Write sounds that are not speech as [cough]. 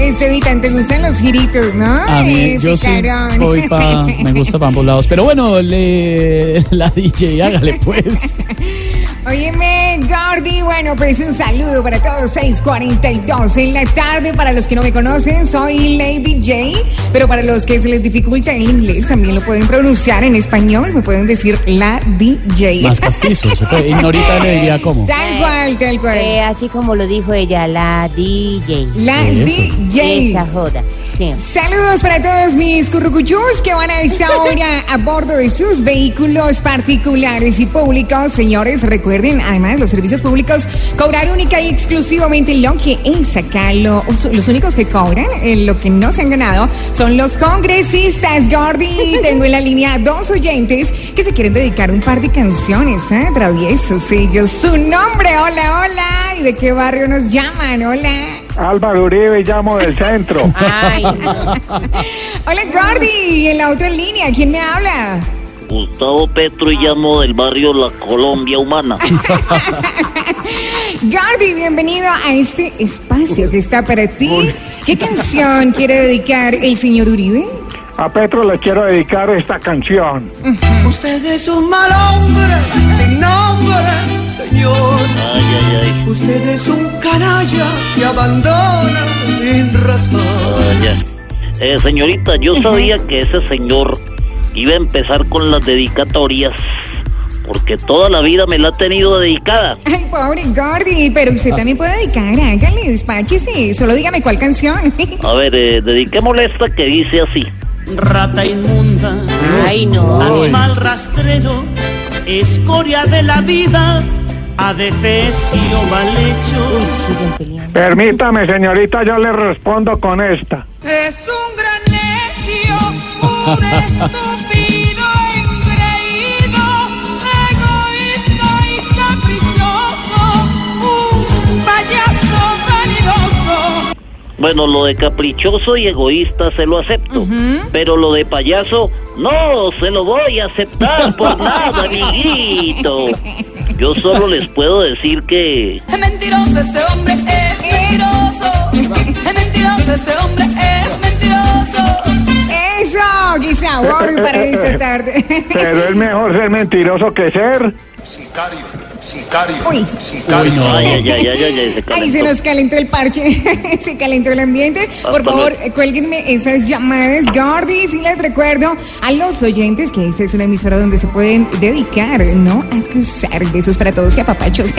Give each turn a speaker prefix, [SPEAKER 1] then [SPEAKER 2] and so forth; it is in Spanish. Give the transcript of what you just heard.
[SPEAKER 1] Estevitan, Este ¿te gustan los giritos, no?
[SPEAKER 2] A mí,
[SPEAKER 1] Eh,
[SPEAKER 2] yo sí,
[SPEAKER 1] picarón.
[SPEAKER 2] voy pa, me gusta para ambos lados. Pero bueno, le, la DJ, hágale pues.
[SPEAKER 1] Óyeme, Gordy, bueno, pues un saludo para todos, 6:42 en la tarde. Para los que no me conocen, soy Lady J, pero para los que se les dificulta el inglés, también lo pueden pronunciar en español, me pueden decir la DJ.
[SPEAKER 2] [laughs] Más castizo, se puede. Ignorita le diría cómo.
[SPEAKER 1] Tal cual, tal cual.
[SPEAKER 3] Eh, así como lo dijo ella, la DJ.
[SPEAKER 1] la
[SPEAKER 2] eso.
[SPEAKER 1] DJ.
[SPEAKER 3] Esa joda. Sí.
[SPEAKER 1] Saludos para todos mis currucuchús que van a esta hora a bordo de sus vehículos particulares y públicos. Señores, recuerden, además, los servicios públicos cobrar única y exclusivamente lo que es sacarlo. Los únicos que cobran eh, lo que no se han ganado son los congresistas, Gordy. Tengo en la línea dos oyentes que se quieren dedicar un par de canciones, ¿eh? Traviesos ellos. Su nombre, hola, hola. ¿Y de qué barrio nos llaman? Hola.
[SPEAKER 4] Álvaro Uribe, llamo del centro.
[SPEAKER 3] Ay, no.
[SPEAKER 1] Hola Gordy, en la otra línea, ¿quién me habla?
[SPEAKER 5] Gustavo Petro y llamo del barrio La Colombia Humana.
[SPEAKER 1] Gordy, bienvenido a este espacio que está para ti. ¿Qué canción quiere dedicar el señor Uribe?
[SPEAKER 4] A Petro le quiero dedicar esta canción.
[SPEAKER 6] Usted es un mal hombre, sin nombre, señor.
[SPEAKER 5] Ay, ay, ay.
[SPEAKER 6] Usted es un canalla que abandona sin razón.
[SPEAKER 5] ay, ay. Eh, señorita, yo sabía que ese señor iba a empezar con las dedicatorias porque toda la vida me la ha tenido dedicada.
[SPEAKER 1] Ay, pobre Gordy, pero usted
[SPEAKER 5] Ah.
[SPEAKER 1] también puede dedicar, hágale, despáchese, solo dígame cuál canción.
[SPEAKER 5] A ver, eh, dediquémosle esta que dice así.
[SPEAKER 6] Rata inmunda,
[SPEAKER 3] Ay, no.
[SPEAKER 2] Uy.
[SPEAKER 6] mal rastrero, escoria de la vida, adefesio mal hecho.
[SPEAKER 3] Uy, siguen peleando.
[SPEAKER 4] Permítame, señorita, yo le respondo con esta.
[SPEAKER 6] Es un gran necio, un
[SPEAKER 5] [laughs]
[SPEAKER 6] estúpido, engreído, egoísta y caprichoso, un payaso vanidoso.
[SPEAKER 5] Bueno, lo de caprichoso y egoísta se lo acepto, pero lo de payaso no se lo voy a aceptar por nada, amiguito. Yo solo les puedo decir que
[SPEAKER 6] Es mentiroso ese hombre, es
[SPEAKER 1] Eh,
[SPEAKER 6] mentiroso. [laughs] Es mentiroso ese hombre, es mentiroso.
[SPEAKER 1] Eso, qué sabor para esta tarde.
[SPEAKER 4] Pero es mejor ser mentiroso que ser.
[SPEAKER 6] Sicario, sicario,
[SPEAKER 1] [laughs] Uy.
[SPEAKER 2] Uy,
[SPEAKER 6] sicario.
[SPEAKER 2] no.
[SPEAKER 5] Ay, ay, ay, ay, ay, ay, se
[SPEAKER 1] Ahí
[SPEAKER 5] calentó.
[SPEAKER 1] se nos calentó el parche, [laughs] se calentó el ambiente. Por
[SPEAKER 5] Hasta
[SPEAKER 1] favor,
[SPEAKER 5] luego.
[SPEAKER 1] cuélguenme esas llamadas, Gordy. Sí les recuerdo a los oyentes que esta es una emisora [laughs] donde se pueden dedicar, no acusar. Besos para todos y apapachos.